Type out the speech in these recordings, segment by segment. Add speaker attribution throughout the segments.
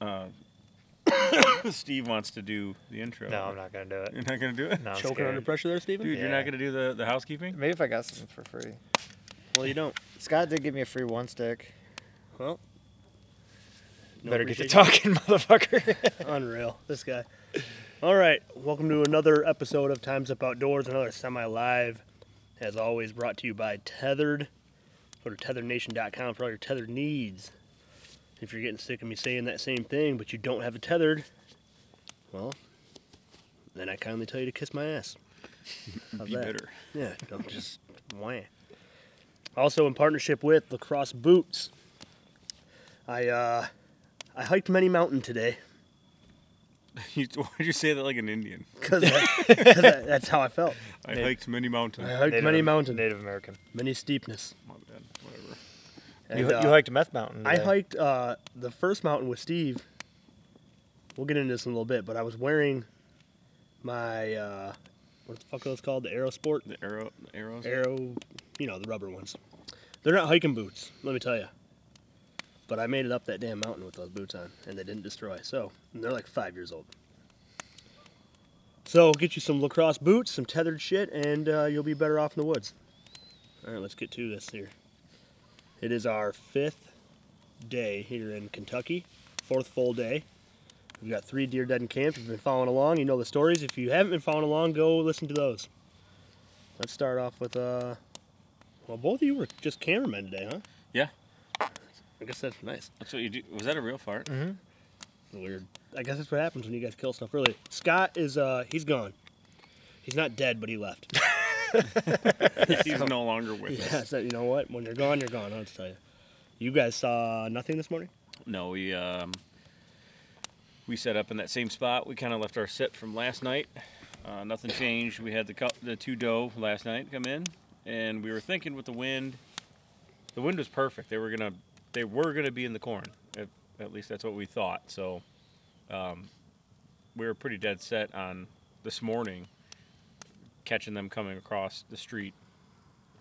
Speaker 1: Uh, Steve wants to do the intro.
Speaker 2: No, I'm not gonna do
Speaker 1: You're
Speaker 2: it.
Speaker 1: not gonna do it,
Speaker 2: No, I'm
Speaker 3: Choking under
Speaker 2: scared.
Speaker 3: pressure there, Steven?
Speaker 1: dude. You're not
Speaker 2: Yeah.
Speaker 1: gonna do the, the housekeeping.
Speaker 2: Maybe if I got something for free.
Speaker 3: Well, you don't.
Speaker 2: Scott did give me a free one stick.
Speaker 3: Well, no
Speaker 2: Better get to
Speaker 3: appreciation.
Speaker 2: talking, motherfucker.
Speaker 3: Unreal. This guy. All right. Welcome to another episode of Times Up Outdoors, another semi live. As always, brought to you by Tethered. Go to tetherednation.com for all your tethered needs. If you're getting sick of me saying that same thing, but you don't have a tethered, well, then I kindly tell you to kiss my ass. How's
Speaker 1: Be
Speaker 3: that?
Speaker 1: better.
Speaker 3: Yeah, I'm just wham. Also in partnership with Lacrosse Boots. I uh, I hiked many mountain today
Speaker 1: You, why'd you say that like an Indian?
Speaker 3: because that's how I felt.
Speaker 1: I
Speaker 2: Yeah.
Speaker 1: hiked many mountains.
Speaker 3: I hiked many mountain,
Speaker 2: Native American.
Speaker 3: many steepness.
Speaker 1: My bad. Whatever.
Speaker 2: you,
Speaker 3: And,
Speaker 2: hi- you
Speaker 3: uh,
Speaker 2: hiked Meth Mountain.
Speaker 3: I
Speaker 2: today.
Speaker 3: hiked uh, the first mountain with Steve. We'll get into this in a little bit, but I was wearing my uh, what the fuck are those called? The Aerosport
Speaker 1: The arrow, the arrows.
Speaker 3: Aero, you know, the rubber ones. They're not hiking boots, let me tell you. But I made it up that damn mountain with those boots on, and they didn't destroy. So and they're like five years old. So get you some lacrosse boots, some tethered shit, and uh, you'll be better off in the woods. All right, let's get to this here. It is our fifth day here in Kentucky, fourth full day. We've got three deer dead in camp. If you've been following along, you know the stories. If you haven't been following along, go listen to those. Let's start off with uh well both of you were just cameramen today, huh?
Speaker 1: Yeah,
Speaker 3: I guess that's nice.
Speaker 1: that's what you do. Was that a real fart?
Speaker 2: Mm-hmm.
Speaker 3: Weird. I guess that's what happens when you guys kill stuff early. Scott is uh he's gone. He's not dead, but he left.
Speaker 1: He's no longer with
Speaker 3: yeah,
Speaker 1: us.
Speaker 3: so you know what? When you're gone, you're gone, I'll just tell you. You guys saw nothing this morning?
Speaker 1: No, we um, we set up in that same spot. We kind of left our set from last night. Uh, nothing changed. We had the cou- the two doe last night come in, and we were thinking with the wind, the wind was perfect. They were gonna they were gonna be in the corn. At, at least that's what we thought. So um, we were pretty dead set on this morning catching them coming across the street,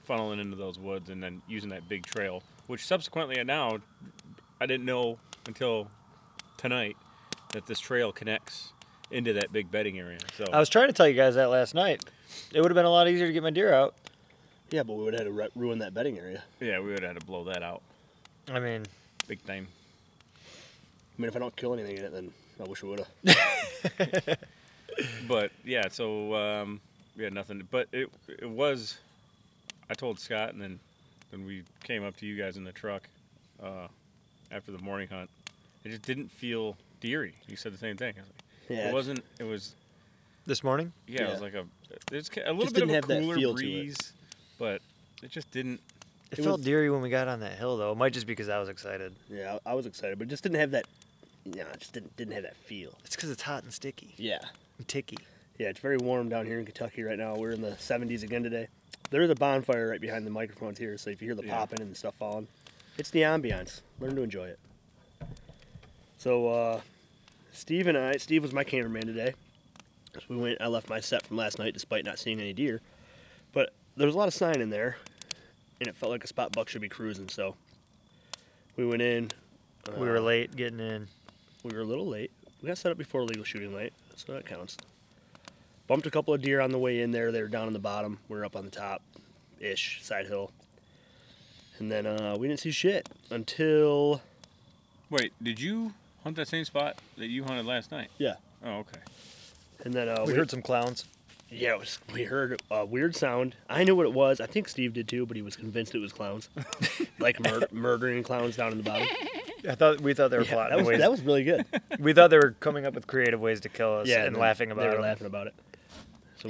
Speaker 1: funneling into those woods, and then using that big trail, which subsequently now I didn't know until tonight that this trail connects into that big bedding area. So
Speaker 2: I was trying to tell you guys that last night. It would have been a lot easier to get my deer out.
Speaker 3: Yeah, but we would have to ru- ruin that bedding area.
Speaker 1: yeah, we would have had to blow that out
Speaker 2: I mean,
Speaker 1: big time.
Speaker 3: I mean, if I don't kill anything in it, then I wish we would have.
Speaker 1: But yeah, so um, we had nothing. But it it was. I told Scott, and then then we came up to you guys in the truck uh, after the morning hunt. It just didn't feel deery. You said the same thing. I was like,
Speaker 3: Yeah,
Speaker 1: It wasn't. It was.
Speaker 2: this morning.
Speaker 1: Yeah, it was
Speaker 3: Yeah.
Speaker 1: like a. It's ca- a little
Speaker 3: Just
Speaker 1: bit of
Speaker 3: didn't
Speaker 1: a
Speaker 3: have that
Speaker 1: cooler
Speaker 3: feel to it.
Speaker 1: breeze, but it just didn't.
Speaker 2: It,
Speaker 3: It
Speaker 2: felt
Speaker 3: was-
Speaker 2: deery when we got on that hill, though. It might just be because I was excited.
Speaker 3: yeah, I I was excited, but it just didn't have that. Yeah, it just didn't didn't have that feel.
Speaker 2: It's because it's hot and sticky
Speaker 3: Yeah,
Speaker 2: and ticky.
Speaker 3: Yeah, it's very warm down here in Kentucky right now. We're in the 70s again today. There is a bonfire right behind the microphones here, so if you hear the
Speaker 1: Yeah.
Speaker 3: popping and the stuff falling, it's the ambiance. Learn to enjoy it. So, uh, Steve and I, Steve was my cameraman today. So we went, I left my set from last night despite not seeing any deer. But there was a lot of sign in there, and it felt like a spot buck should be cruising, so we went in.
Speaker 2: we were
Speaker 3: uh,
Speaker 2: late getting in.
Speaker 3: we were a little late. We got set up before legal shooting light, so that counts. Bumped a couple of deer on the way in there. They were down on the bottom. We were up on the top ish, side hill. And then uh, we didn't see shit until.
Speaker 1: Wait, did you hunt that same spot that you hunted last night?
Speaker 3: Yeah.
Speaker 1: Oh, okay.
Speaker 3: And then uh,
Speaker 2: we heard some clowns.
Speaker 3: Yeah, it was, we heard a weird sound. I knew what it was. I think Steve did too, but he was convinced it was clowns. like mur- murdering clowns down in the bottom.
Speaker 2: I thought we thought they were
Speaker 3: Yeah,
Speaker 2: plotting
Speaker 3: that, was,
Speaker 2: ways.
Speaker 3: that was really good.
Speaker 2: we thought they were coming up with creative ways to kill us and
Speaker 3: they-
Speaker 2: laughing about
Speaker 3: they
Speaker 2: it.
Speaker 3: were laughing about it. So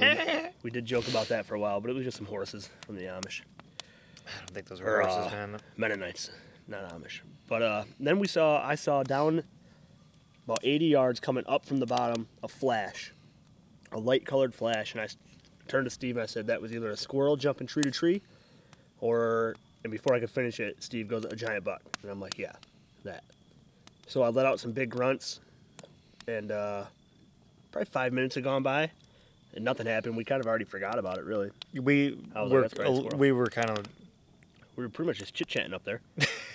Speaker 3: we, we did joke about that for a while, but it was just some horses from the Amish.
Speaker 2: I don't think those
Speaker 3: Or,
Speaker 2: were horses,
Speaker 3: uh,
Speaker 2: man.
Speaker 3: Mennonites, not Amish. But uh, then we saw, I saw down about 80 yards coming up from the bottom a flash, a light colored flash. And I s- turned to Steve and I said, that was either a squirrel jumping tree to tree or, and before I could finish it, Steve goes, a giant buck. And I'm like, yeah, that. So I let out some big grunts and uh, probably five minutes had gone by and nothing happened. We kind of already forgot about it, really.
Speaker 2: We
Speaker 3: I was like,
Speaker 2: were
Speaker 3: that's probably a squirrel.
Speaker 2: we were kind of
Speaker 3: We were pretty much just chit chatting up there.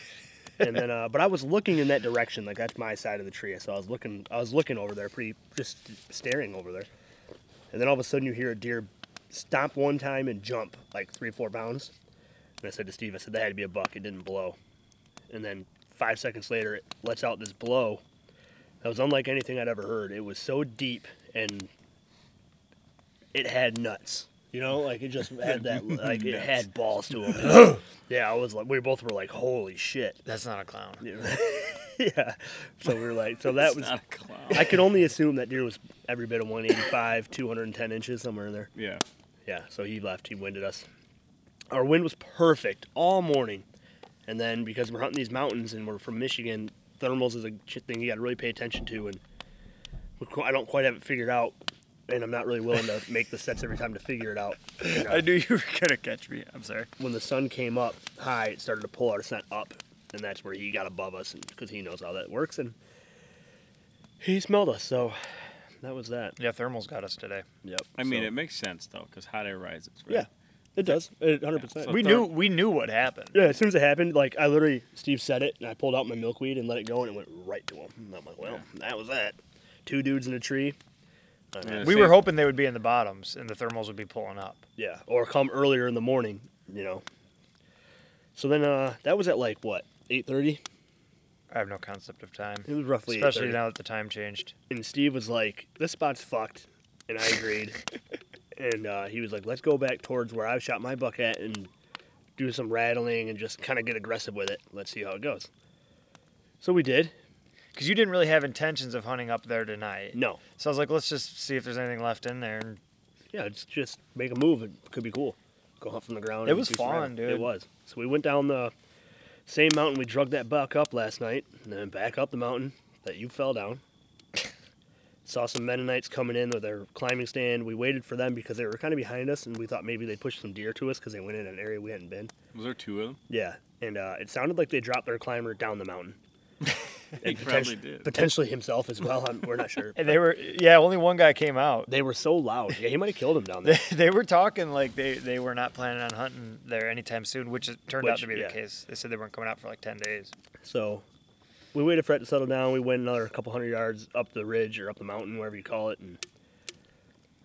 Speaker 3: and then, uh, but I was looking in that direction, like that's my side of the tree. So I was looking, I was looking over there, pretty just staring over there. And then all of a sudden, you hear a deer stomp one time and jump like three, four pounds. And I said to Steve, I said that had to be a buck. It didn't blow. And then five seconds later, it lets out this blow that was unlike anything I'd ever heard. It was so deep and it had nuts. You know, like it just had that, like it had balls to it. yeah, I was like, we both were like, holy shit.
Speaker 2: That's not a clown.
Speaker 3: yeah. So we were like, so that
Speaker 1: It's
Speaker 3: was,
Speaker 1: not a clown.
Speaker 3: I could only assume that deer was every bit of 185, 210 inches, somewhere in there.
Speaker 1: yeah.
Speaker 3: Yeah, so he left. He winded us. Our wind was perfect all morning. And then because we're hunting these mountains and we're from Michigan, thermals is a shit thing you got to really pay attention to. And we qu- I don't quite have it figured out. And I'm not really willing to make the sets every time to figure it out. You know,
Speaker 4: I knew you were gonna catch me. I'm sorry.
Speaker 3: when the sun came up high, it started to pull our scent up. And that's where he got above us because he knows how that works. And he smelled us. So that was that.
Speaker 2: Yeah, thermals got us today.
Speaker 3: Yep.
Speaker 1: I mean,
Speaker 3: so-
Speaker 1: it makes sense though, because hot air rises. Right?
Speaker 3: Yeah, it does. It 100%.
Speaker 1: Yeah, so-
Speaker 4: We
Speaker 1: third-
Speaker 4: knew we knew what happened.
Speaker 3: Yeah, as soon as it happened, like I literally, Steve said it, and I pulled out my milkweed and let it go, and it went right to him. And I'm like, well, that was that. Two dudes in a tree. I mean,
Speaker 1: Yeah.
Speaker 4: We
Speaker 1: Same.
Speaker 4: were hoping they would be in the bottoms and the thermals would be pulling up.
Speaker 3: yeah, or come earlier in the morning, you know. So then, uh, that was at like what 8:30.
Speaker 4: I have no concept of time,
Speaker 3: It was roughly
Speaker 4: especially
Speaker 3: 8:30.
Speaker 4: now that the time changed.
Speaker 3: And Steve was like, this spot's fucked, and I agreed. and uh, he was like, let's go back towards where I shot my buck at and do some rattling and just kind of get aggressive with it. Let's see how it goes. So we did.
Speaker 4: Because you didn't really have intentions of hunting up there tonight.
Speaker 3: No,
Speaker 4: So I was like, let's just see if there's anything left in there. And
Speaker 3: yeah, just just make a move. It could be cool. Go hunt from the ground.
Speaker 4: It
Speaker 3: and
Speaker 4: was
Speaker 3: do some
Speaker 4: fun,
Speaker 3: rabbit.
Speaker 4: dude.
Speaker 3: It was. So we went down the same mountain we drugged that buck up last night, and then back up the mountain that you fell down. Saw some Mennonites coming in with their climbing stand. We waited for them because they were kind of behind us, and we thought maybe they pushed some deer to us because they went in an area we hadn't been.
Speaker 1: Was there two of them?
Speaker 3: Yeah, and uh, it sounded like they dropped their climber down the mountain.
Speaker 1: They probably did.
Speaker 3: Potentially himself as well. I'm, we're not sure.
Speaker 4: and they were, yeah, only one guy came out.
Speaker 3: They were so loud. Yeah, he might have killed him down there.
Speaker 4: They, they were talking like they, they were not planning on hunting there anytime soon, which it turned out
Speaker 3: Which,
Speaker 4: to be
Speaker 3: yeah.
Speaker 4: the case. They said they weren't coming out for like 10 days.
Speaker 3: So we waited for it to settle down. We went another couple hundred yards up the ridge or up the mountain, wherever you call it, and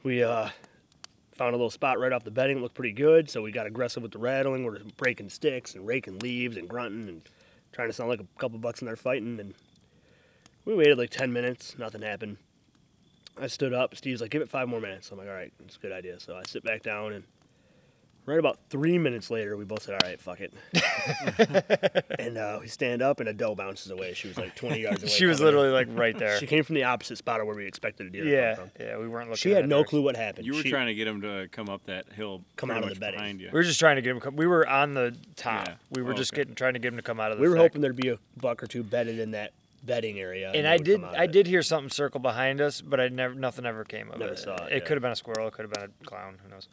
Speaker 3: we uh, found a little spot right off the bedding. It looked pretty good, so we got aggressive with the rattling. We're breaking sticks and raking leaves and grunting and trying to sound like a couple bucks in there fighting. And we waited like ten minutes. Nothing happened. I stood up. Steve's like, "Give it five more minutes." I'm like, "All right, it's a good idea." So I sit back down and. Right about three minutes later, we both said, "All right, fuck it." and uh, we stand up, and a doe bounces away. She was like 20 yards away.
Speaker 4: she was
Speaker 3: coming.
Speaker 4: literally like right there.
Speaker 3: She came from the opposite spot of where we expected a deer to
Speaker 4: yeah.
Speaker 3: come from.
Speaker 4: Yeah. We weren't looking.
Speaker 3: She
Speaker 4: in
Speaker 3: had
Speaker 4: that
Speaker 3: no
Speaker 4: direction.
Speaker 3: clue what happened.
Speaker 1: You were
Speaker 3: She-
Speaker 1: trying to get them to come up that hill.
Speaker 3: Come
Speaker 1: pretty
Speaker 3: out of
Speaker 1: much
Speaker 3: the bedding.
Speaker 1: behind you.
Speaker 4: We were just trying to get him. come- We were on the top.
Speaker 1: Yeah.
Speaker 4: We were
Speaker 1: Oh,
Speaker 4: just
Speaker 1: okay.
Speaker 4: getting trying to get him to come out of the.
Speaker 3: We were
Speaker 4: thick.
Speaker 3: hoping there'd be a buck or two bedded in that bedding area.
Speaker 4: And
Speaker 3: they
Speaker 4: I
Speaker 3: would
Speaker 4: did,
Speaker 3: come out of
Speaker 4: I
Speaker 3: it.
Speaker 4: did hear something circle behind us, but I never, nothing ever came of
Speaker 3: Never
Speaker 4: it.
Speaker 3: saw it, yeah.
Speaker 4: could have been a squirrel. It could have been a clown. Who knows?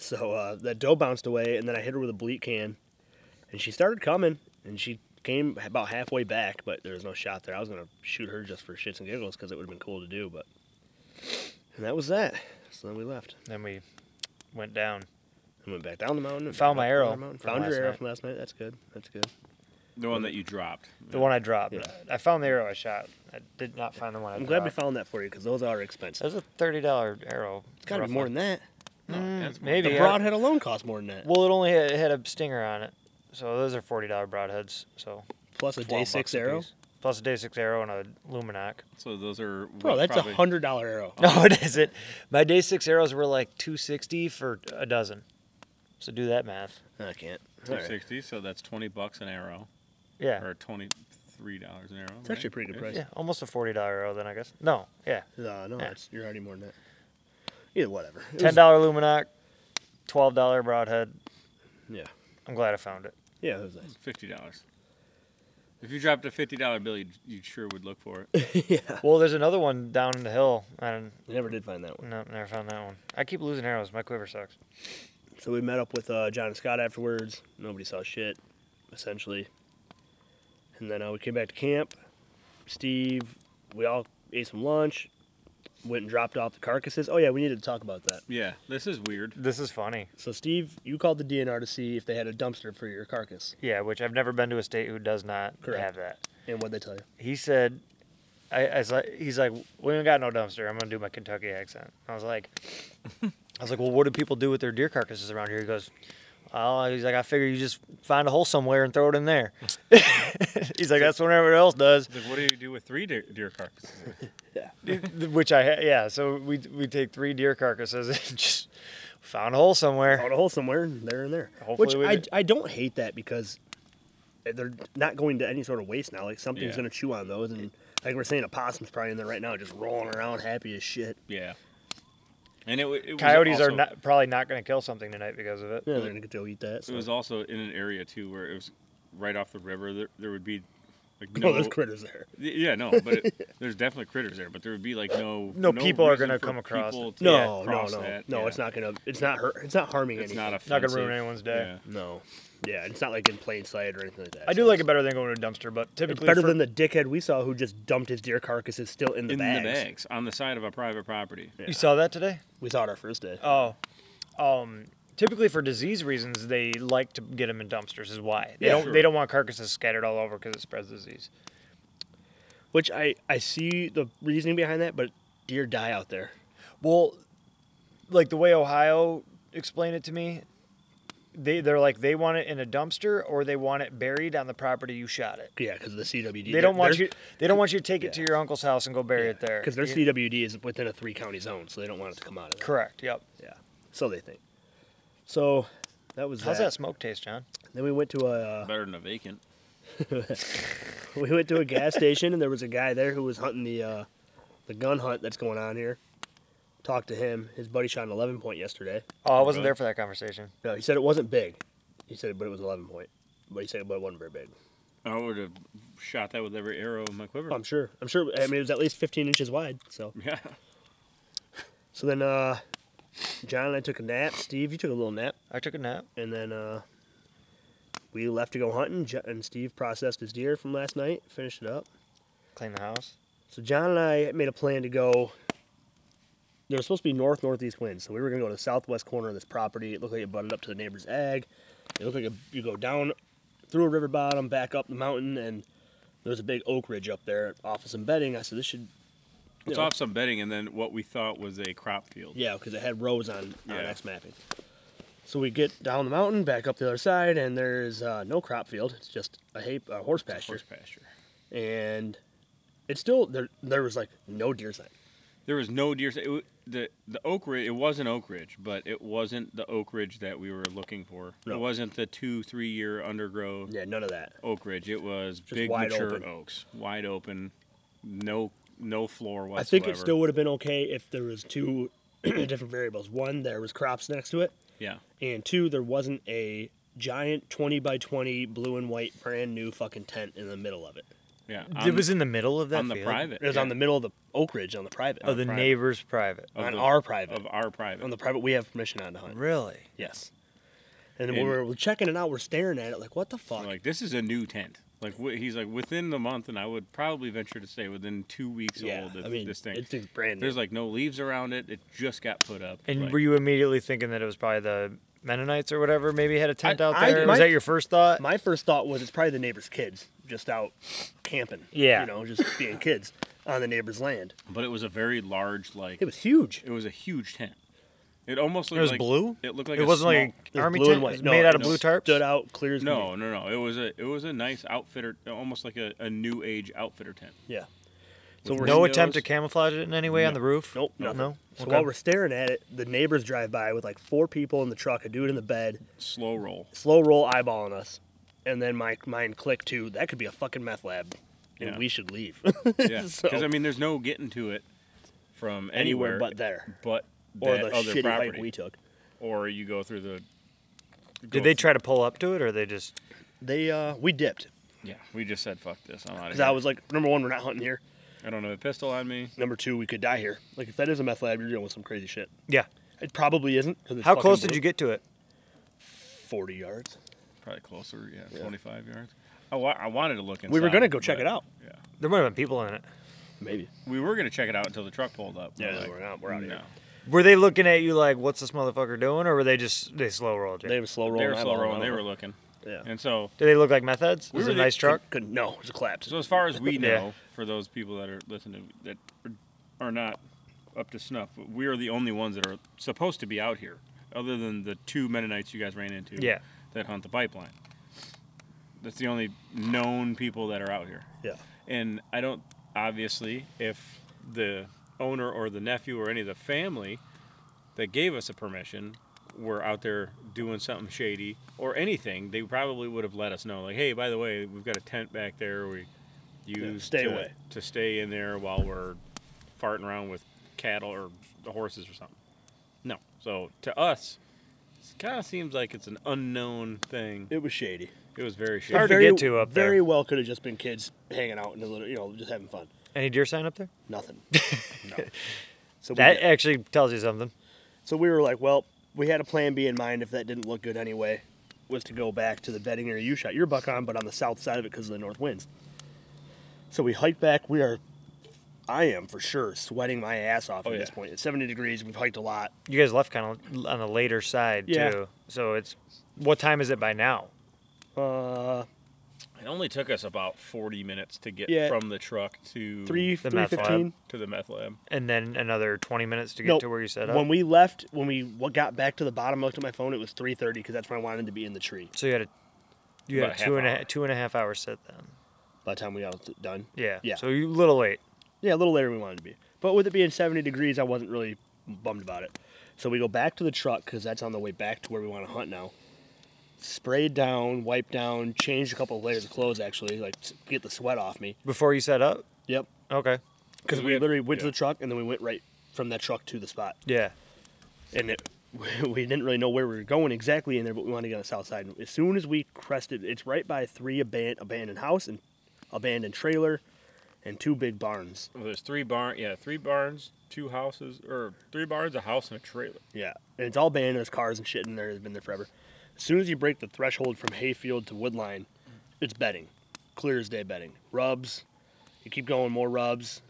Speaker 3: So uh, that doe bounced away, and then I hit her with a bleat can, and she started coming, and she came about halfway back, but there was no shot there. I was gonna shoot her just for shits and giggles because it would have been cool to do, but and that was that. So then we left
Speaker 4: Then we went down.
Speaker 3: and went back down the mountain. and
Speaker 4: Found
Speaker 3: back
Speaker 4: my
Speaker 3: up another
Speaker 4: arrow
Speaker 3: mountain.
Speaker 4: from
Speaker 3: Found your
Speaker 4: last
Speaker 3: arrow
Speaker 4: night.
Speaker 3: from last night. That's good. That's good.
Speaker 1: The one that you dropped.
Speaker 4: The one I dropped.
Speaker 3: Yeah.
Speaker 4: I found the arrow I shot. I did not find the one I
Speaker 3: I'm glad
Speaker 4: dropped.
Speaker 3: we found that for you because those are expensive.
Speaker 4: That was a thirty dollar arrow.
Speaker 3: It's gotta be more than that.
Speaker 1: No, that's more-
Speaker 4: maybe.
Speaker 3: The
Speaker 4: Yeah.
Speaker 3: broadhead alone costs more than that.
Speaker 4: Well, it only had, it had a stinger on it, so those are forty dollar broadheads. So
Speaker 3: Plus a
Speaker 4: 12
Speaker 3: day
Speaker 4: bucks
Speaker 3: six
Speaker 4: a
Speaker 3: arrow.
Speaker 4: piece. plus a day six arrow and a luminoc.
Speaker 1: So those are.
Speaker 3: Bro, that's a
Speaker 1: probably-
Speaker 3: hundred dollar arrow.
Speaker 4: No, Oh, it isn't. My day six arrows were like two sixty for a dozen. So do that math.
Speaker 3: I can't. All right.
Speaker 1: 260, so that's 20 bucks an arrow,
Speaker 4: Yeah.
Speaker 1: or 23 dollars an arrow.
Speaker 3: It's actually a pretty good price.
Speaker 4: Yeah, almost a forty dollar arrow then I guess. No, yeah,
Speaker 3: No, no,
Speaker 4: Yeah.
Speaker 3: it's, you're already more than that. Either whatever. It
Speaker 4: ten
Speaker 3: was-
Speaker 4: dollar luminoc, twelve dollar broadhead.
Speaker 3: Yeah.
Speaker 4: I'm glad I found it.
Speaker 3: Yeah, it was nice.
Speaker 1: Fifty dollars. If you dropped a fifty dollar bill, you, you sure would look for it.
Speaker 4: Well, there's another one down in the hill. I don't,
Speaker 3: I never did find that one.
Speaker 4: no, never found that one. I keep losing arrows. My quiver sucks.
Speaker 3: So we met up with uh, John and Scott afterwards. Nobody saw shit, essentially. And then uh, we came back to camp. Steve, we all ate some lunch. went and dropped off the carcasses. Oh yeah, we needed to talk about that.
Speaker 1: Yeah, this is weird.
Speaker 4: This is funny.
Speaker 3: So Steve, you called the DNR to see if they had a dumpster for your carcass,
Speaker 4: Yeah, which I've never been to a state who does not
Speaker 3: Correct.
Speaker 4: have that.
Speaker 3: and what they tell you?
Speaker 4: He said, I, I was like, he's like, we ain't got no dumpster. I'm gonna do my Kentucky accent. I was like, I was like, well, what do people do with their deer carcasses around here? He goes, oh, he's like, I figure you just find a hole somewhere and throw it in there. he's like, that's what everyone else does.
Speaker 1: Like, what do you do with three deer, deer carcasses?
Speaker 4: Which I ha- yeah, so we we take three deer carcasses and just found a hole somewhere.
Speaker 3: Out a hole somewhere, and there and there.
Speaker 4: Hopefully we
Speaker 3: Which
Speaker 4: did.
Speaker 3: I, I don't hate that because they're not going to any sort of waste now. Like something's
Speaker 1: Yeah.
Speaker 3: gonna chew on those, and like we're saying, a possum's probably in there right now, just rolling around, happy as shit.
Speaker 1: yeah. And it, wa- it was
Speaker 4: Coyotes are
Speaker 1: also-
Speaker 4: not probably not going to kill something tonight because of it.
Speaker 3: Yeah, they're gonna go eat that. So.
Speaker 1: It was also in an area too where it was right off the river. There, there would be like
Speaker 3: no,
Speaker 1: no,
Speaker 3: there's critters there.
Speaker 1: Y- Yeah, no, but it, there's definitely critters there, but there would be like no
Speaker 4: No people are
Speaker 1: reason
Speaker 4: gonna
Speaker 1: for
Speaker 4: come across
Speaker 1: people to
Speaker 3: No, no,
Speaker 1: cross
Speaker 3: no,
Speaker 1: that.
Speaker 3: no.
Speaker 1: Yeah.
Speaker 3: It's not gonna. It's not hurt. It's not harming
Speaker 1: It's
Speaker 3: anything.
Speaker 1: not
Speaker 4: Not going to
Speaker 1: offensive.
Speaker 4: ruin anyone's day.
Speaker 1: Yeah.
Speaker 3: no. Yeah, it's not like in plain sight or anything like that.
Speaker 4: I do
Speaker 3: so
Speaker 4: like it better than going to a dumpster, but
Speaker 3: It's
Speaker 4: typically
Speaker 3: better
Speaker 4: for-
Speaker 3: than the dickhead we saw who just dumped his deer carcasses still in the
Speaker 1: in
Speaker 3: bags.
Speaker 1: the bags on the side of a private property.
Speaker 4: you saw that today.
Speaker 3: We saw it our first day.
Speaker 4: Oh, um, typically for disease reasons, they like to get them in dumpsters. Is why they
Speaker 3: Yeah,
Speaker 4: don't
Speaker 1: sure.
Speaker 4: they don't want carcasses scattered all over because it spreads disease.
Speaker 3: Which I I see the reasoning behind that, but deer die out there.
Speaker 4: Well, like the way Ohio explained it to me, they they're like they want it in a dumpster or they want it buried on the property you shot it.
Speaker 3: Yeah, because the CWD.
Speaker 4: They don't want you. They don't want you to take it to your uncle's house and go bury it there.
Speaker 3: Because their
Speaker 4: You-
Speaker 3: CWD is within a three county zone, so they don't want it to come out of there.
Speaker 4: correct. Yep.
Speaker 3: Yeah. So they think. So that was
Speaker 4: How's that smoke taste, John?
Speaker 3: Then we went to a
Speaker 1: Better than a vacant.
Speaker 3: we went to a gas station and there was a guy there who was hunting the uh, the gun hunt that's going on here. Talked to him. His buddy shot an 11 point yesterday.
Speaker 4: Oh, I wasn't
Speaker 1: Really?
Speaker 4: there for that conversation.
Speaker 3: No, he said it wasn't big. He said, but it was 11 point. But he said, but it wasn't very big.
Speaker 1: I would have shot that with every arrow in my quiver.
Speaker 3: I'm sure. I'm sure. I mean, it was at least 15 inches wide. So
Speaker 1: yeah.
Speaker 3: so then uh, John and I took a nap. Steve, you took a little nap,
Speaker 4: I took a nap.
Speaker 3: and then uh, we left to go hunting. Jo- And Steve processed his deer from last night, finished it up.
Speaker 4: Cleaned the house.
Speaker 3: So John and I made a plan to go. There was supposed to be north northeast winds, so we were gonna go to the southwest corner of this property. It looked like it butted up to the neighbor's ag. It looked like a, you go down through a river bottom, back up the mountain, and there was a big oak ridge up there. Off of some bedding, I said this should.
Speaker 1: It's
Speaker 3: know.
Speaker 1: off some bedding and then what we thought was a crop field.
Speaker 3: Yeah, because it had rows on, on
Speaker 1: Yeah.
Speaker 3: X mapping. So we get down the mountain, back up the other side, and there's uh, no crop field. It's just a, hay, a horse pasture,
Speaker 1: Horse pasture.
Speaker 3: and it's still there. There was like no deer sign.
Speaker 1: There was no deer. It, wa- the the Oak Ridge. It wasn't Oak Ridge, but it wasn't the Oak Ridge that we were looking for.
Speaker 3: No.
Speaker 1: It wasn't the two three year undergrowth
Speaker 3: Yeah, none of that.
Speaker 1: Oak Ridge. It was big
Speaker 3: wide
Speaker 1: mature
Speaker 3: open.
Speaker 1: oaks, wide open, no no floor
Speaker 3: I
Speaker 1: whatsoever.
Speaker 3: think it still would have been okay if there was two different variables. One, there was crops next to it,
Speaker 1: yeah.
Speaker 3: and two, there wasn't a giant twenty by twenty blue and white brand new fucking tent in the middle of it.
Speaker 1: Yeah,
Speaker 4: it was in the middle of that.
Speaker 1: Um, on the
Speaker 4: field?
Speaker 1: private.
Speaker 3: It was
Speaker 1: yeah,
Speaker 3: on the middle of the oak ridge on the private.
Speaker 4: Oh, the
Speaker 1: private.
Speaker 4: neighbor's private.
Speaker 1: of
Speaker 3: on
Speaker 1: the-
Speaker 3: our private.
Speaker 1: of our private.
Speaker 3: on the private we have permission on to hunt.
Speaker 4: Really?
Speaker 3: Yes. And,
Speaker 1: And-
Speaker 3: we were checking it out, we're staring at it like what the fuck?
Speaker 1: like this is a new tent. Like wh- he's like within the month, and I would probably venture to say within two weeks
Speaker 3: yeah,
Speaker 1: old. This,
Speaker 3: I mean
Speaker 1: this thing.
Speaker 3: It's just brand new.
Speaker 1: There's like no leaves around it. It just got put up.
Speaker 4: And
Speaker 1: like,
Speaker 4: were you immediately thinking that it was probably the Mennonites or whatever? Maybe had a tent out
Speaker 3: I-
Speaker 4: there.
Speaker 3: my-
Speaker 4: was that your first thought?
Speaker 3: My first thought was it's probably the neighbor's kids just out camping.
Speaker 4: Yeah.
Speaker 3: You know, just being kids on the neighbor's land.
Speaker 1: But it was a very large like.
Speaker 3: It was huge.
Speaker 1: It was a huge tent. It almost looked
Speaker 4: it was
Speaker 1: like,
Speaker 4: blue.
Speaker 1: It looked like
Speaker 4: it
Speaker 1: a
Speaker 4: wasn't
Speaker 1: small,
Speaker 4: like
Speaker 3: It
Speaker 4: an
Speaker 3: was
Speaker 4: army
Speaker 3: blue
Speaker 4: tent.
Speaker 3: and
Speaker 4: It
Speaker 3: white.
Speaker 4: was
Speaker 3: No,
Speaker 4: made out of
Speaker 1: it
Speaker 4: blue
Speaker 1: was
Speaker 4: tarps.
Speaker 3: Stood out clear as
Speaker 1: no,
Speaker 3: can
Speaker 1: no, no. It was a it was a nice outfitter, almost like a, a new age outfitter tent.
Speaker 3: be. Yeah. So
Speaker 1: With
Speaker 3: we're
Speaker 4: No
Speaker 1: windows.
Speaker 4: attempt to camouflage it in any way on the roof.
Speaker 3: nope,
Speaker 4: No.
Speaker 3: nothing. So
Speaker 4: Okay.
Speaker 3: while we're staring at it, the neighbors drive by with like four people in the truck, a dude in the bed,
Speaker 1: Slow roll.
Speaker 3: slow roll eyeballing us. And then my mind clicked to that could be a fucking meth lab. And
Speaker 1: Yeah.
Speaker 3: we should leave.
Speaker 1: Yeah, because
Speaker 3: So-
Speaker 1: I mean, there's no getting to it from anywhere,
Speaker 3: Anywhere but there.
Speaker 1: but
Speaker 3: Or
Speaker 1: that
Speaker 3: the
Speaker 1: other
Speaker 3: shitty
Speaker 1: property.
Speaker 3: hike we took.
Speaker 1: Or you go through the. go
Speaker 4: Did they
Speaker 1: th-
Speaker 4: try to pull up to it, or they just?
Speaker 3: They uh we dipped.
Speaker 1: Yeah, we just said fuck this. I'm out of
Speaker 3: Because
Speaker 1: here.
Speaker 3: I was like, number one, we're not hunting here.
Speaker 1: I don't have a pistol on me.
Speaker 3: Number two, we could die here. Like if that is a meth lab, you're dealing with some crazy shit.
Speaker 4: Yeah.
Speaker 3: It probably isn't. 'cause it's
Speaker 4: How
Speaker 3: fucking
Speaker 4: close did
Speaker 3: blue.
Speaker 4: you get to it?
Speaker 3: Forty yards.
Speaker 1: Probably closer. Yeah, 25 yards. I, wa- I wanted to look inside.
Speaker 3: We were gonna go check
Speaker 1: but-
Speaker 3: it out.
Speaker 1: Yeah.
Speaker 4: There might have been people in it.
Speaker 3: Maybe.
Speaker 1: We were gonna check it out until the truck pulled up.
Speaker 3: Yeah,
Speaker 1: We're
Speaker 3: we're not. We're out of here.
Speaker 4: Were they looking at you like, what's this motherfucker doing? Or were they just, they slow rolled you?
Speaker 3: They were slow
Speaker 1: No.
Speaker 3: rolling.
Speaker 1: They were
Speaker 3: I
Speaker 1: slow
Speaker 3: don't
Speaker 1: rolling.
Speaker 3: know.
Speaker 1: They were looking,
Speaker 3: Yeah.
Speaker 1: and so
Speaker 4: Did they look like meth heads?
Speaker 1: We
Speaker 4: Was
Speaker 1: were
Speaker 4: it a
Speaker 1: the-
Speaker 4: nice truck?
Speaker 3: Couldn't. No, it was a collapse.
Speaker 1: So as far as we know,
Speaker 4: Yeah.
Speaker 1: for those people that are listening that are not up to snuff, we are the only ones that are supposed to be out here, other than the two Mennonites you guys ran into
Speaker 4: Yeah.
Speaker 1: that hunt the pipeline. That's the only known people that are out here.
Speaker 3: yeah.
Speaker 1: And I don't obviously if the owner or the nephew or any of the family that gave us a permission were out there doing something shady or anything, they probably would have let us know. Like, hey, by the way, we've got a tent back there. We use
Speaker 3: stay
Speaker 1: to,
Speaker 3: away."
Speaker 1: to stay in there while we're farting around with cattle or the horses or something. No. So to us, it kind of seems like it's an unknown thing.
Speaker 3: It was shady.
Speaker 1: It was very shady.
Speaker 4: Hard to
Speaker 3: Very-
Speaker 4: get to up there.
Speaker 3: Very well could have just been kids hanging out and a little, you know, just having fun.
Speaker 4: Any deer sign up there?
Speaker 3: Nothing. no. So we
Speaker 4: That
Speaker 3: did.
Speaker 4: actually tells you something.
Speaker 3: So we were like, well, we had a plan B in mind if that didn't look good anyway, was to go back to the bedding area you shot your buck on, but on the south side of it because of the north winds. So we hiked back. We are, I am for sure sweating my ass off
Speaker 1: Oh,
Speaker 3: at
Speaker 1: yeah.
Speaker 3: this point. It's 70 degrees. We've hiked a lot.
Speaker 4: You guys left kind of on the later side
Speaker 3: Yeah.
Speaker 4: too. So it's, what time is it by now?
Speaker 3: Uh,
Speaker 1: It only took us about 40 minutes to get
Speaker 3: Yeah.
Speaker 1: from the truck to
Speaker 3: three,
Speaker 4: Mm-hmm. The
Speaker 3: three
Speaker 4: meth lab.
Speaker 3: fifteen.
Speaker 1: to the meth lab.
Speaker 4: And then another 20 minutes to get to where you set up?
Speaker 3: When we left, when we w- got back to the bottom, looked at my phone. It was 3:30 because that's when I wanted to be in the tree.
Speaker 4: so you had a, you had
Speaker 1: About
Speaker 4: a
Speaker 1: a half
Speaker 4: two and a
Speaker 1: hour.
Speaker 4: half, two and a half hour sit then.
Speaker 3: By the time we got done,
Speaker 4: Yeah.
Speaker 3: Yeah.
Speaker 4: So you a little late.
Speaker 3: Yeah, a little later than we wanted to be. But with it being 70 degrees, I wasn't really bummed about it. So we go back to the truck because that's on the way back to where we want to hunt now. Sprayed down, wiped down, changed a couple of layers of clothes actually, like to get the sweat off me.
Speaker 4: Before you set up?
Speaker 3: Yep.
Speaker 4: Okay.
Speaker 3: Because
Speaker 1: we
Speaker 3: we
Speaker 1: had-
Speaker 3: literally went to
Speaker 1: yeah.
Speaker 3: the truck and then we went right from that truck to the spot.
Speaker 4: Yeah.
Speaker 3: And it, we didn't really know where we were going exactly in there, but we wanted to get on the south side. And as soon as we crested, it's right by three aban- abandoned house and abandoned trailer and two big barns.
Speaker 1: Well, there's three barn, yeah, three barns, two houses, or three barns, a house, and a trailer.
Speaker 3: Yeah, and it's all abandoned. There's cars and shit in there. It's been there forever. As soon as you break the threshold from hayfield to woodline, it's bedding, clear as day bedding. Rubs, you keep going more rubs,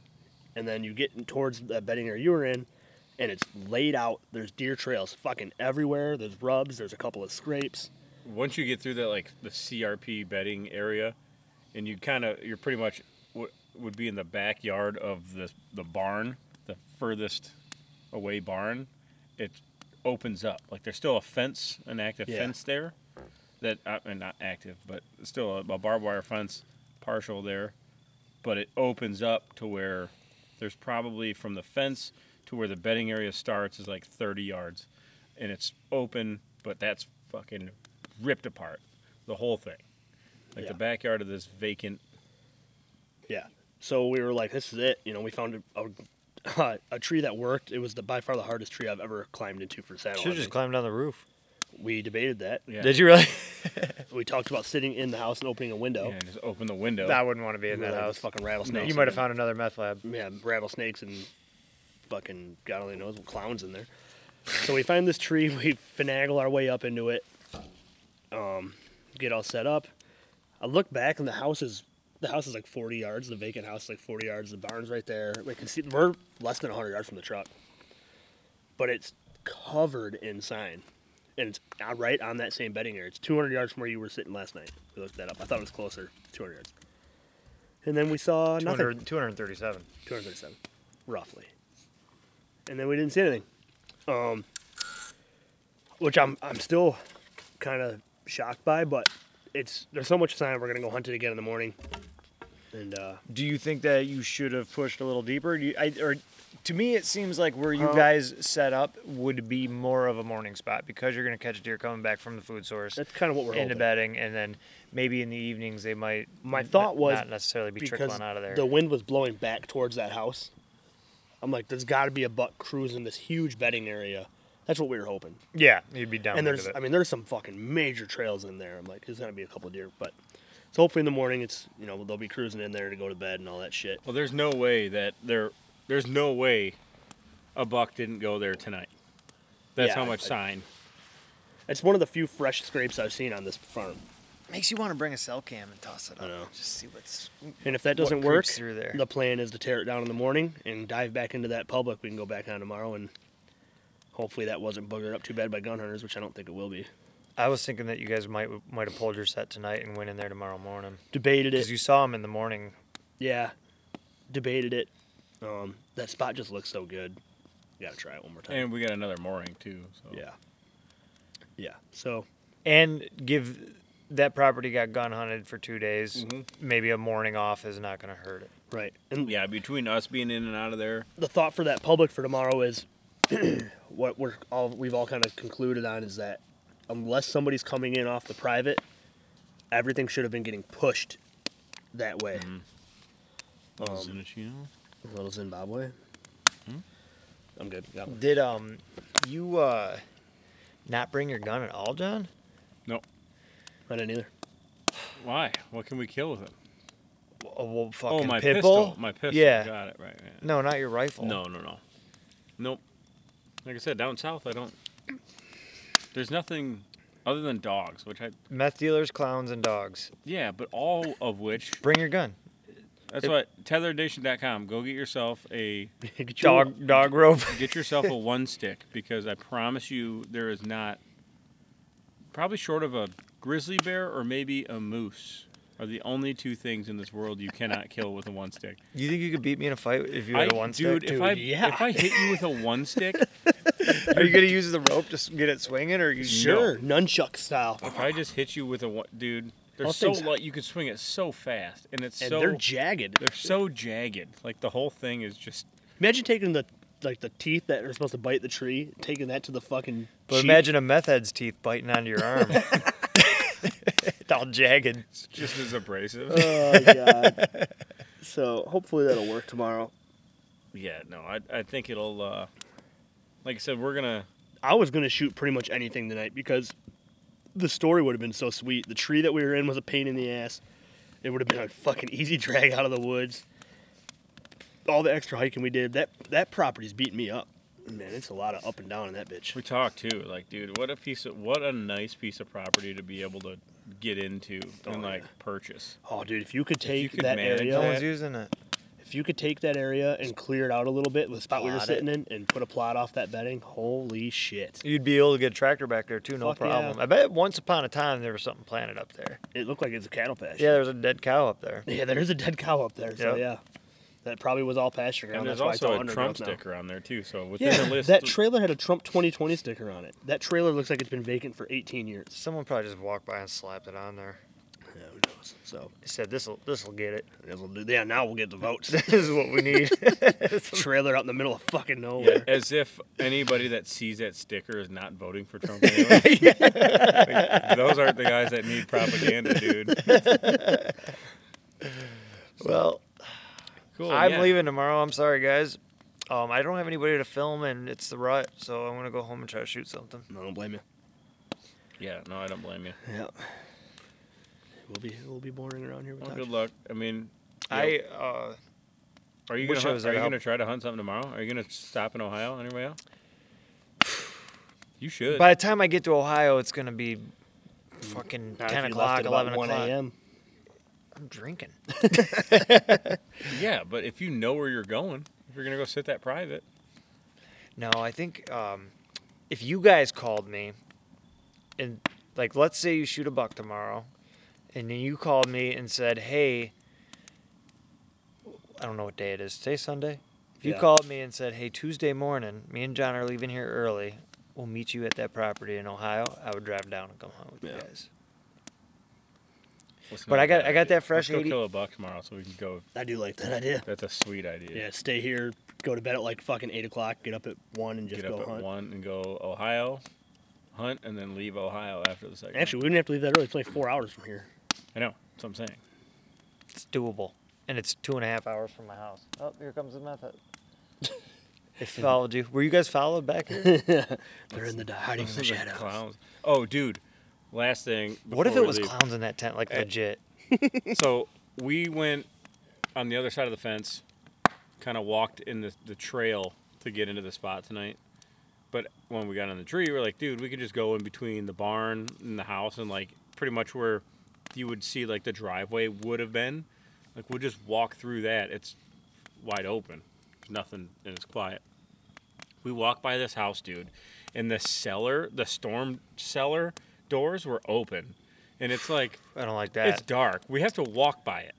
Speaker 3: and then you get in towards the bedding area you were in, and it's laid out. There's deer trails fucking everywhere. There's rubs. There's a couple of scrapes.
Speaker 1: Once you get through that, like the CRP bedding area, and you kind of, you're pretty much w- would be in the backyard of the the barn, the furthest away barn. It opens up. Like there's still a fence, an active
Speaker 3: Yeah.
Speaker 1: fence there, that I mean, not active, but still a, a barbed wire fence, partial there, but it opens up to where there's probably from the fence to where the bedding area starts is like 30 yards, and it's open, but that's fucking ripped apart, the whole thing, like
Speaker 3: Yeah.
Speaker 1: the backyard of this vacant.
Speaker 3: Yeah. So we were like, this is it. You know, we found a, a, a tree that worked. It was the by far the hardest tree I've ever climbed into for saddle.
Speaker 4: Should have just
Speaker 3: hunting.
Speaker 4: climbed down the roof.
Speaker 3: we debated that.
Speaker 1: Yeah.
Speaker 4: Did you really?
Speaker 3: We talked about sitting in the house and opening a window.
Speaker 1: Yeah, and just open the window.
Speaker 4: I wouldn't want to be in
Speaker 3: We were
Speaker 4: that
Speaker 3: like,
Speaker 4: house.
Speaker 3: Fucking rattlesnakes.
Speaker 4: You might have found another meth lab.
Speaker 3: yeah, rattlesnakes and fucking God only knows what clowns in there. So we find this tree, we finagle our way up into it, um, get all set up. I look back and the house is the house is like 40 yards. The vacant house is like 40 yards. The barn's right there. We can see we're less than 100 yards from the truck, but it's covered in sign, and it's uh, right on that same bedding area. It's 200 yards from where you were sitting last night. We looked that up. I thought it was closer, 200 yards. And then we saw nothing.
Speaker 4: 200, 237.
Speaker 3: 237, roughly. And then we didn't see anything. Um, which I'm I'm still kind of shocked by, but it's there's so much time. We're gonna go hunt it again in the morning. And uh,
Speaker 4: Do you think that you should have pushed a little deeper? Do you, I, or to me, it seems like where you
Speaker 3: Uh,
Speaker 4: guys set up would be more of a morning spot because you're going to catch deer coming back from the food source
Speaker 3: that's kind of what we're
Speaker 4: into
Speaker 3: hoping.
Speaker 4: bedding, and then maybe in the evenings they might.
Speaker 3: My
Speaker 4: n-
Speaker 3: thought was
Speaker 4: not necessarily be
Speaker 3: because
Speaker 4: trickling out of there.
Speaker 3: the wind was blowing back towards that house. I'm like, there's got to be a buck cruising this huge bedding area. That's what we were hoping.
Speaker 4: yeah, you'd be down.
Speaker 3: and
Speaker 4: into
Speaker 3: there's
Speaker 4: it.
Speaker 3: I mean there's some fucking major trails in there. I'm like there's gonna be a couple of deer, but so hopefully in the morning it's you know they'll be cruising in there to go to bed and all that shit.
Speaker 1: Well, there's no way that there, there's no way a buck didn't go there tonight. That's
Speaker 3: Yeah,
Speaker 1: how much
Speaker 3: I-
Speaker 1: sign.
Speaker 3: It's one of the few fresh scrapes I've seen on this farm.
Speaker 4: Makes you want to bring a cell cam and toss it
Speaker 3: I
Speaker 4: up.
Speaker 3: know.
Speaker 4: Just see what's.
Speaker 3: And if that doesn't work,
Speaker 4: creeps through there.
Speaker 3: the plan is to tear it down in the morning and dive back into that public. We can go back on tomorrow and hopefully that wasn't boogered up too bad by gun hunters, which I don't think it will be.
Speaker 4: I was thinking that you guys might might have pulled your set tonight and went in there tomorrow morning
Speaker 3: Debated it.
Speaker 4: because you saw him in the morning.
Speaker 3: yeah. Debated it. Um, that spot just looks so good. You gotta try it one more time.
Speaker 1: And we got another mooring too. So.
Speaker 3: yeah. Yeah. So
Speaker 4: And give that property got gun hunted for two days. Maybe a morning off is not going to hurt it.
Speaker 3: right. And
Speaker 1: Yeah, between us being in and out of there,
Speaker 3: the thought for that public for tomorrow is what we're all we've all kind of concluded on is that unless somebody's coming in off the private, everything should have been getting pushed that way. Um, a little Zimbabwe. I'm good. Got one.
Speaker 4: Did um, you uh, not bring your gun at all, John?
Speaker 1: No.
Speaker 3: I didn't either.
Speaker 1: Why? What can we kill with it?
Speaker 4: A wo- uh, fucking
Speaker 1: Oh, my
Speaker 4: pit
Speaker 1: pistol.
Speaker 4: bull?
Speaker 1: My pistol.
Speaker 4: Yeah.
Speaker 1: Got it right. yeah.
Speaker 4: No, not your rifle.
Speaker 1: No, no, no. Nope. Like I said, down south, I don't. There's nothing other than dogs, which I.
Speaker 4: Meth dealers, clowns, and dogs.
Speaker 1: Yeah, but all of which.
Speaker 4: Bring your gun.
Speaker 1: That's what. Tetheredation.com. Go get yourself a.
Speaker 3: Get you-
Speaker 4: Dog dog rope.
Speaker 1: Get yourself a one stick because I promise you there is not. Probably short of a grizzly bear or maybe a moose are the only two things in this world you cannot kill with a one stick.
Speaker 4: You think you could beat me in a fight if you
Speaker 1: I,
Speaker 4: had a one
Speaker 1: dude,
Speaker 4: stick?
Speaker 1: if I
Speaker 3: yeah.
Speaker 1: if I hit you with a one stick,
Speaker 4: Are you gonna use the rope to s- get it swinging, or you
Speaker 3: Sure, nunchuck style.
Speaker 1: if I just hit you with a one, dude, they're
Speaker 3: All
Speaker 1: so
Speaker 3: things-
Speaker 1: light. You can swing it so fast, and it's
Speaker 3: And
Speaker 1: so
Speaker 3: they're jagged.
Speaker 1: they're so jagged. Like the whole thing is just.
Speaker 3: Imagine taking the like the teeth that are supposed to bite the tree, taking that to the fucking.
Speaker 4: But
Speaker 3: cheek.
Speaker 4: imagine a meth head's teeth biting onto your arm. It's all jagged.
Speaker 1: It's just as abrasive.
Speaker 3: Oh god. so hopefully that'll work tomorrow.
Speaker 1: yeah, no, I I think it'll. uh Like I said, we're gonna.
Speaker 3: I was gonna shoot pretty much anything tonight because the story would have been so sweet. The tree that we were in was a pain in the ass. It would have been a fucking easy drag out of the woods. All the extra hiking we did, that that property's beating me up. Man, it's a lot of up and down in that bitch.
Speaker 1: We talked too, like, dude, what a piece of what a nice piece of property to be able to get into and like purchase.
Speaker 3: Oh, dude, if you could take
Speaker 1: could
Speaker 3: that
Speaker 1: manage
Speaker 4: No
Speaker 3: area,
Speaker 1: that.
Speaker 4: one's using it.
Speaker 3: if you could take that area and clear it out a little bit, the spot we were
Speaker 4: Plot it.
Speaker 3: sitting in, and put a plot off that bedding, holy shit!
Speaker 4: You'd be able to get a tractor back there too, no
Speaker 3: Fuck yeah.
Speaker 4: problem. I bet once upon a time there was something planted up there.
Speaker 3: It looked like it's a cattle pasture.
Speaker 4: Yeah, there was a dead cow up there.
Speaker 3: Yeah, there is a dead cow up there. So
Speaker 4: Yep.
Speaker 3: yeah, that probably was all pasture ground.
Speaker 1: And there's
Speaker 3: That's why it's all
Speaker 1: also a Trump
Speaker 3: underground now.
Speaker 1: sticker on there too. So within
Speaker 3: Yeah,
Speaker 1: the list,
Speaker 3: that trailer had a Trump 2020 sticker on it. That trailer looks like it's been vacant for 18 years.
Speaker 4: Someone probably just walked by and slapped it on there.
Speaker 3: Yeah, who knows? So
Speaker 4: They said this'll this'll get it.
Speaker 3: this'll do- yeah, now we'll get the votes.
Speaker 4: This is what we need.
Speaker 3: trailer out in the middle of fucking nowhere.
Speaker 1: As if anybody that sees that sticker is not voting for Trump anyway. Like, those aren't the guys that need propaganda, dude.
Speaker 4: well,
Speaker 1: Cool.
Speaker 4: I'm
Speaker 1: yeah.
Speaker 4: leaving tomorrow. I'm sorry, guys. Um, I don't have anybody to film, and it's the rut, so I'm gonna go home and try to shoot something.
Speaker 3: I don't blame you.
Speaker 1: Yeah, no, I don't blame you.
Speaker 3: Yeah. We'll be we'll be boring around here.
Speaker 1: Well,
Speaker 3: Without
Speaker 1: good
Speaker 3: you.
Speaker 1: luck. I mean,
Speaker 4: I uh,
Speaker 1: are you gonna
Speaker 4: Wish I
Speaker 1: hunt-
Speaker 4: was
Speaker 1: are
Speaker 4: at
Speaker 1: you
Speaker 4: help.
Speaker 1: gonna try to hunt something tomorrow? Are you gonna stop in Ohio anyway? else? You should.
Speaker 4: by the time I get to Ohio, it's gonna be fucking
Speaker 3: Not if you
Speaker 4: ten
Speaker 3: left
Speaker 4: o'clock,
Speaker 3: at about
Speaker 4: eleven o'clock.
Speaker 3: 1 a.m.
Speaker 4: I'm drinking.
Speaker 1: yeah, but if you know where you're going, if you're gonna go sit that private.
Speaker 4: No, I think um, if you guys called me, and like, let's say you shoot a buck tomorrow, and then you called me and said, "Hey, I don't know what day it is. Today Sunday." If you
Speaker 3: Yeah.
Speaker 4: called me and said, "Hey, Tuesday morning, me and John are leaving here early. We'll meet you at that property in Ohio." I would drive down and come home with
Speaker 3: Yeah.
Speaker 4: you guys.
Speaker 1: Let's
Speaker 4: But
Speaker 1: not
Speaker 4: I got-
Speaker 1: do
Speaker 4: I
Speaker 1: that,
Speaker 4: got
Speaker 1: dude.
Speaker 4: that fresh
Speaker 1: Let's go
Speaker 4: 80
Speaker 1: kill a buck tomorrow, so we can go.
Speaker 3: I do like that idea.
Speaker 1: That's a sweet idea.
Speaker 3: Yeah, stay here, go to bed at like fucking eight o'clock, get up at one, and just
Speaker 1: Get
Speaker 3: go
Speaker 1: up
Speaker 3: hunt.
Speaker 1: at one and go Ohio, hunt, and then leave Ohio after the second. one.
Speaker 3: Actually, we wouldn't have to leave that early. It's only four hours from here.
Speaker 1: I know. That's what I'm saying.
Speaker 4: It's doable, and it's two and a half hours from my house. Oh, here comes the method. they followed you. Were you guys followed back?
Speaker 3: They're in the di- hiding in the
Speaker 1: Those are
Speaker 3: shadows.
Speaker 1: clowns. Oh, dude. Last thing.
Speaker 4: What if
Speaker 1: before
Speaker 4: it
Speaker 1: we
Speaker 4: was
Speaker 1: leave.
Speaker 4: clowns in that tent, like
Speaker 1: Eh.
Speaker 4: legit?
Speaker 1: So we went on the other side of the fence, kind of walked in the, the trail to get into the spot tonight. But when we got on the tree, we are like, dude, we could just go in between the barn and the house and like pretty much where you would see like the driveway would have been. Like we'll just walk through that. It's wide open. There's nothing and it's quiet. We walk by this house, dude, and the cellar, the storm cellar doors were open. And it's like
Speaker 4: I don't like
Speaker 1: it's
Speaker 4: that.
Speaker 1: dark. We have to walk by it.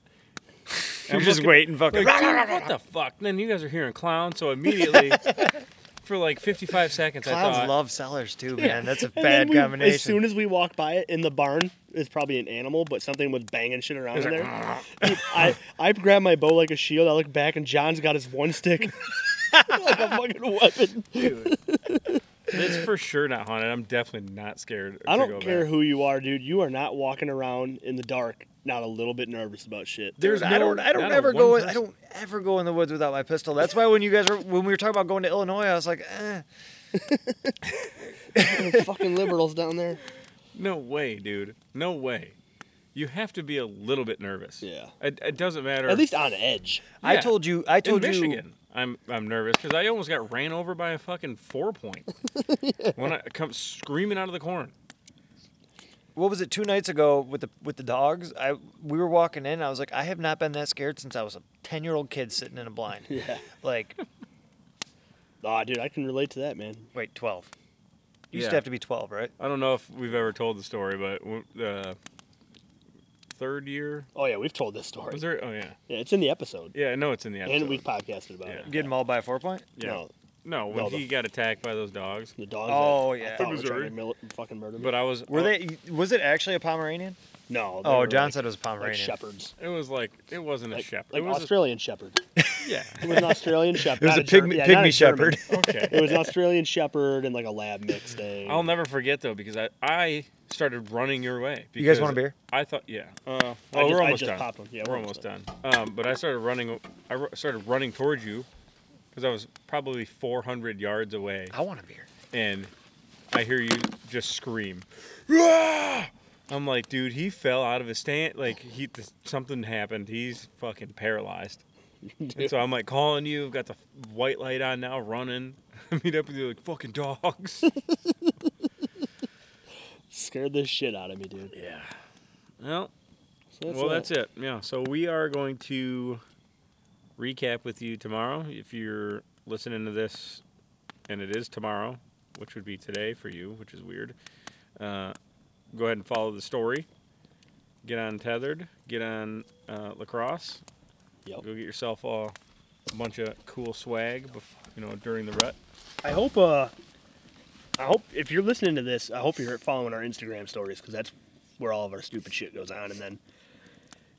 Speaker 4: I'm
Speaker 1: I'm
Speaker 4: just
Speaker 1: looking-
Speaker 4: waiting, fucking.
Speaker 1: Like, dude, what the fuck? And then you guys are hearing clown, so immediately for like 55 seconds, I
Speaker 4: Clowns
Speaker 1: thought,
Speaker 4: love sellers too, man. That's a
Speaker 3: And then
Speaker 4: bad
Speaker 3: we-
Speaker 4: combination.
Speaker 3: As soon as we walk by it in the barn, it's probably an animal, but something was banging shit around in there. Dude, I I grabbed my bow like a shield. I look back and John's got his one stick, like a fucking weapon.
Speaker 1: it's for sure not haunted. I'm definitely not scared.
Speaker 3: I
Speaker 1: to
Speaker 3: don't
Speaker 1: go
Speaker 3: care
Speaker 1: back.
Speaker 3: who you are, dude. You are not walking around in the dark, not a little bit nervous about shit.
Speaker 4: There's I
Speaker 1: no-
Speaker 4: don't I don't
Speaker 1: not a
Speaker 4: ever go
Speaker 1: one
Speaker 4: in, I
Speaker 1: person.
Speaker 4: don't ever go in the woods without my pistol. That's why when you guys were when we were talking about going to Illinois, I was like, eh.
Speaker 3: fucking liberals down there.
Speaker 1: No way, dude. No way. You have to be a little bit nervous.
Speaker 3: Yeah.
Speaker 1: It, it doesn't matter.
Speaker 3: At least on edge.
Speaker 4: I
Speaker 1: Yeah.
Speaker 4: told you I told
Speaker 1: in
Speaker 4: you
Speaker 1: Michigan, I'm I'm nervous because I almost got ran over by a fucking four point when I come screaming out of the corn.
Speaker 4: what was it two nights ago with the with the dogs? I we were walking in. I was like, I have not been that scared since I was a ten year old kid sitting in a blind.
Speaker 3: Yeah.
Speaker 4: Like,
Speaker 3: Aw, dude, I can relate to that, man.
Speaker 4: wait, twelve. You used
Speaker 1: Yeah.
Speaker 4: to have to be twelve, right?
Speaker 1: I don't know if we've ever told the story, but w- the third year
Speaker 3: Oh yeah, we've told this story.
Speaker 1: was there. Oh yeah,
Speaker 3: Yeah, it's in the episode,
Speaker 1: yeah. I know it's in the episode.
Speaker 3: and we podcasted about
Speaker 1: Yeah.
Speaker 3: it.
Speaker 4: Getting mauled by a four point.
Speaker 1: yeah.
Speaker 3: No,
Speaker 1: No, when
Speaker 3: No, the-
Speaker 1: he got attacked by those dogs.
Speaker 3: the dogs.
Speaker 4: Oh,
Speaker 3: that-
Speaker 4: yeah.
Speaker 3: I thought were trying
Speaker 1: Missouri.
Speaker 3: to mil- fucking murder me.
Speaker 1: But I was
Speaker 4: Were they? Was it actually a Pomeranian?
Speaker 3: no. they
Speaker 4: Oh,
Speaker 3: were
Speaker 4: John
Speaker 3: like-
Speaker 4: said it was a
Speaker 3: like
Speaker 4: Pomeranian.
Speaker 3: shepherds.
Speaker 1: oh, It was like it wasn't a
Speaker 3: Like,
Speaker 1: shepherd.
Speaker 3: like
Speaker 1: it was
Speaker 3: Australian shepherd.
Speaker 1: a, yeah.
Speaker 3: It was an Australian shepherd.
Speaker 4: it was
Speaker 3: not
Speaker 4: a
Speaker 3: Ger-
Speaker 4: pygmy,
Speaker 3: yeah, not
Speaker 4: pygmy
Speaker 3: a German.
Speaker 4: shepherd.
Speaker 1: Okay.
Speaker 3: It was an Australian shepherd and like a lab mix thing.
Speaker 1: I'll never forget though because I, I started running your way. Because
Speaker 4: You guys want a beer?
Speaker 1: I thought yeah. Uh, well,
Speaker 3: I just-
Speaker 1: we're
Speaker 3: I
Speaker 1: almost
Speaker 3: just
Speaker 1: done.
Speaker 3: popped 'em. Yeah,
Speaker 1: we're, almost done. Um, but I started running. I ru- started running towards you because I was probably 400 yards away,
Speaker 4: I want a beer.
Speaker 1: and I hear you just scream. "Rah!" I'm like, dude, he fell out of his stand. Like he, th- something happened. He's fucking paralyzed. And so I'm like calling you. I've got the white light on now, running. I meet up with you like fucking dogs.
Speaker 3: Scared the shit out of me, dude.
Speaker 1: yeah. Well,
Speaker 3: So
Speaker 1: well, that's it. Yeah. So we are going to recap with you tomorrow. If you're listening to this, and it is tomorrow, which would be today for you, which is weird. Uh, go ahead and follow the story. Get on tethered. Get on uh, lacrosse.
Speaker 3: Yep.
Speaker 1: Go get yourself a bunch of cool swag, bef- you know, during the rut.
Speaker 3: I hope. Uh, I hope if you're listening to this, I hope you're following our Instagram stories because that's where all of our stupid shit goes on. And then,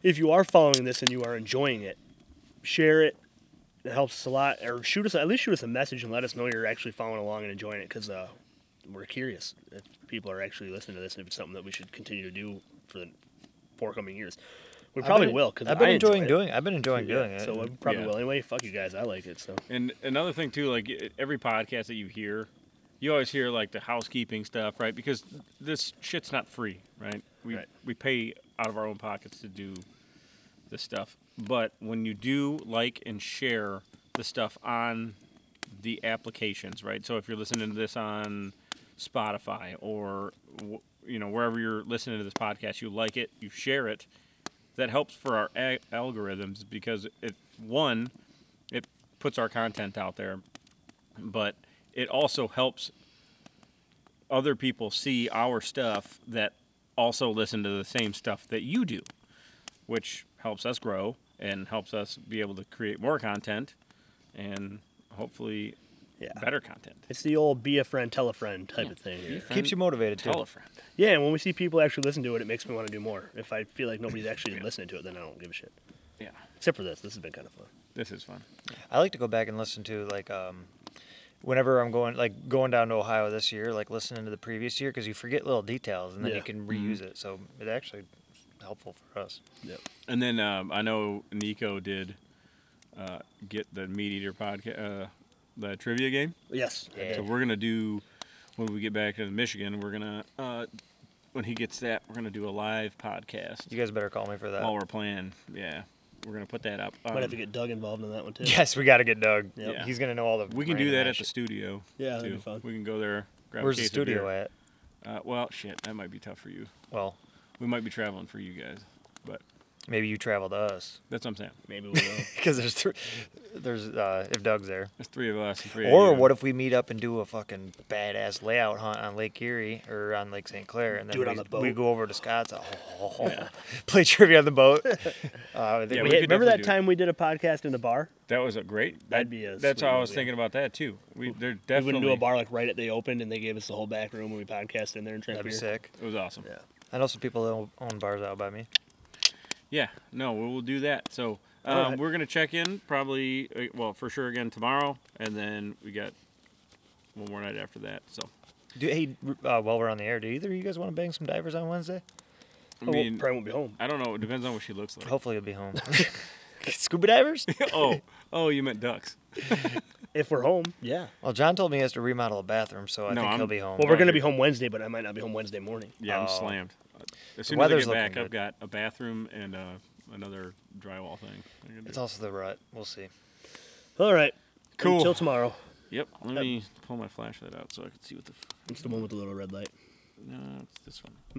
Speaker 3: if you are following this and you are enjoying it, share it. It helps us a lot. Or shoot us at least shoot us a message and let us know you're actually following along and enjoying it because uh, we're curious if people are actually listening to this and if it's something that we should continue to do for the forthcoming years. We probably
Speaker 4: been-
Speaker 3: will because
Speaker 4: I've been
Speaker 3: I enjoy
Speaker 4: enjoying
Speaker 3: it.
Speaker 4: doing. I've been enjoying
Speaker 3: Yeah,
Speaker 4: doing it.
Speaker 3: So we probably
Speaker 1: Yeah.
Speaker 3: will anyway. Fuck you guys, I like it. So
Speaker 1: And another thing too, like e- every podcast that you hear, you always hear like the housekeeping stuff, right? Because this shit's not free, right? We
Speaker 3: Right.
Speaker 1: we pay out of our own pockets to do this stuff. But when you do like and share the stuff on the applications, right? So if you're listening to this on Spotify or wh- you know wherever you're listening to this podcast, you like it, you share it. That helps for our a- algorithms because it one, it puts our content out there, but it also helps other people see our stuff that also listen to the same stuff that you do, which helps us grow and helps us be able to create more content and hopefully
Speaker 3: yeah.
Speaker 1: better content.
Speaker 3: It's the old be a friend, tell a friend type of thing. here.
Speaker 1: friend,
Speaker 4: Keeps you motivated too.
Speaker 1: Tell a friend.
Speaker 3: Yeah, and when we see people actually listen to it, it makes me want to do more. If I feel like nobody's actually
Speaker 1: Yeah.
Speaker 3: listening to it, then I don't give a shit.
Speaker 1: Yeah,
Speaker 3: Except for this. This has been kind of fun.
Speaker 1: this is fun.
Speaker 4: I like to go back and listen to like um, whenever I'm going like going down to Ohio this year, like listening to the previous year because you forget little details and then
Speaker 3: Yeah. Mm-hmm.
Speaker 4: you can reuse it. So it actually is helpful for us.
Speaker 3: Yep.
Speaker 1: And then um, I know Nico did uh, get the Meat Eater podcast, uh, the trivia game.
Speaker 3: Yes. I
Speaker 4: Yeah.
Speaker 1: So
Speaker 3: did.
Speaker 1: we're gonna do when we get back to Michigan. We're gonna uh, when he gets that, we're gonna do a live podcast
Speaker 4: You guys better call me for that.
Speaker 1: while we're playing. Yeah, we're gonna put that up.
Speaker 3: Might have to
Speaker 1: Um,
Speaker 3: get Doug involved in that one too.
Speaker 4: yes, we got to get Doug.
Speaker 3: Yep.
Speaker 1: Yeah.
Speaker 4: He's gonna know all the.
Speaker 1: we can do that
Speaker 4: random
Speaker 1: at the
Speaker 4: ass
Speaker 1: studio.
Speaker 3: Yeah, that'd be
Speaker 1: too.
Speaker 3: fun.
Speaker 1: We can go there.
Speaker 4: shit.
Speaker 1: Grab
Speaker 4: Where's
Speaker 1: a
Speaker 4: the
Speaker 1: case of beer.
Speaker 4: studio at?
Speaker 1: Uh, well, shit, that might be tough for you.
Speaker 4: Well,
Speaker 1: We might be traveling for you guys, but
Speaker 4: Maybe you travel to us
Speaker 1: that's what I'm saying.
Speaker 3: Maybe we will.
Speaker 4: because there's th- there's uh, if Doug's there.
Speaker 1: There's three of us. And three of
Speaker 4: Or
Speaker 1: you.
Speaker 4: what if we meet up and do a fucking badass layout hunt on Lake Erie or on Lake St. Clair, and then
Speaker 3: Do it
Speaker 4: we,
Speaker 3: on the
Speaker 4: we
Speaker 3: boat.
Speaker 4: go over to Scott's, oh, play trivia on the boat. Uh, I think
Speaker 1: Yeah,
Speaker 4: we-
Speaker 1: we could
Speaker 3: remember
Speaker 1: definitely
Speaker 3: that
Speaker 1: do it.
Speaker 3: time we did a podcast in the bar?
Speaker 1: That was a great.
Speaker 3: That'd
Speaker 1: that-
Speaker 3: be a
Speaker 1: That's
Speaker 3: sweet
Speaker 1: how I was
Speaker 3: idea.
Speaker 1: thinking about that too. We there
Speaker 3: We
Speaker 1: definitely
Speaker 3: went into a bar like right at they opened, and they gave us the whole back room and we podcasted in there and drank
Speaker 4: that'd be
Speaker 3: beer.
Speaker 4: sick.
Speaker 1: It was awesome.
Speaker 3: Yeah. Oh,
Speaker 4: I know some people that own- own bars out by me.
Speaker 1: Yeah, no, we will do that. So um,
Speaker 3: Alright.
Speaker 1: we're gonna check in probably, uh, well, for sure again tomorrow, and then we got one more night after that. So
Speaker 4: Do hey, uh, while we're on the air, do either of you guys want to bang some divers on
Speaker 1: I
Speaker 4: Wednesday?
Speaker 3: Oh, well,
Speaker 1: mean,
Speaker 3: probably won't be home.
Speaker 1: I don't know. It depends on what she looks like.
Speaker 4: Hopefully, you'll be home. Scuba divers?
Speaker 1: oh, oh, you meant ducks.
Speaker 3: If we're home, yeah.
Speaker 4: Well, John told me he has to remodel a bathroom, so I
Speaker 1: No,
Speaker 4: think
Speaker 1: I'm-
Speaker 4: he'll be home.
Speaker 3: Well, we're
Speaker 1: Oh,
Speaker 3: going to
Speaker 1: dude.
Speaker 3: be home Wednesday, but I might not be home Wednesday morning.
Speaker 1: Yeah, I'm
Speaker 4: Oh.
Speaker 1: slammed. As soon as I
Speaker 4: weather's
Speaker 1: get back,
Speaker 4: looking
Speaker 1: I've got a bathroom and uh, another drywall thing. I can do.
Speaker 4: It's also the rut. We'll see.
Speaker 3: All right.
Speaker 1: Cool.
Speaker 3: Until tomorrow.
Speaker 1: Yep. Let me pull my flashlight out so I can see what the. f-
Speaker 3: It's the one with the little red light.
Speaker 1: No, it's this one.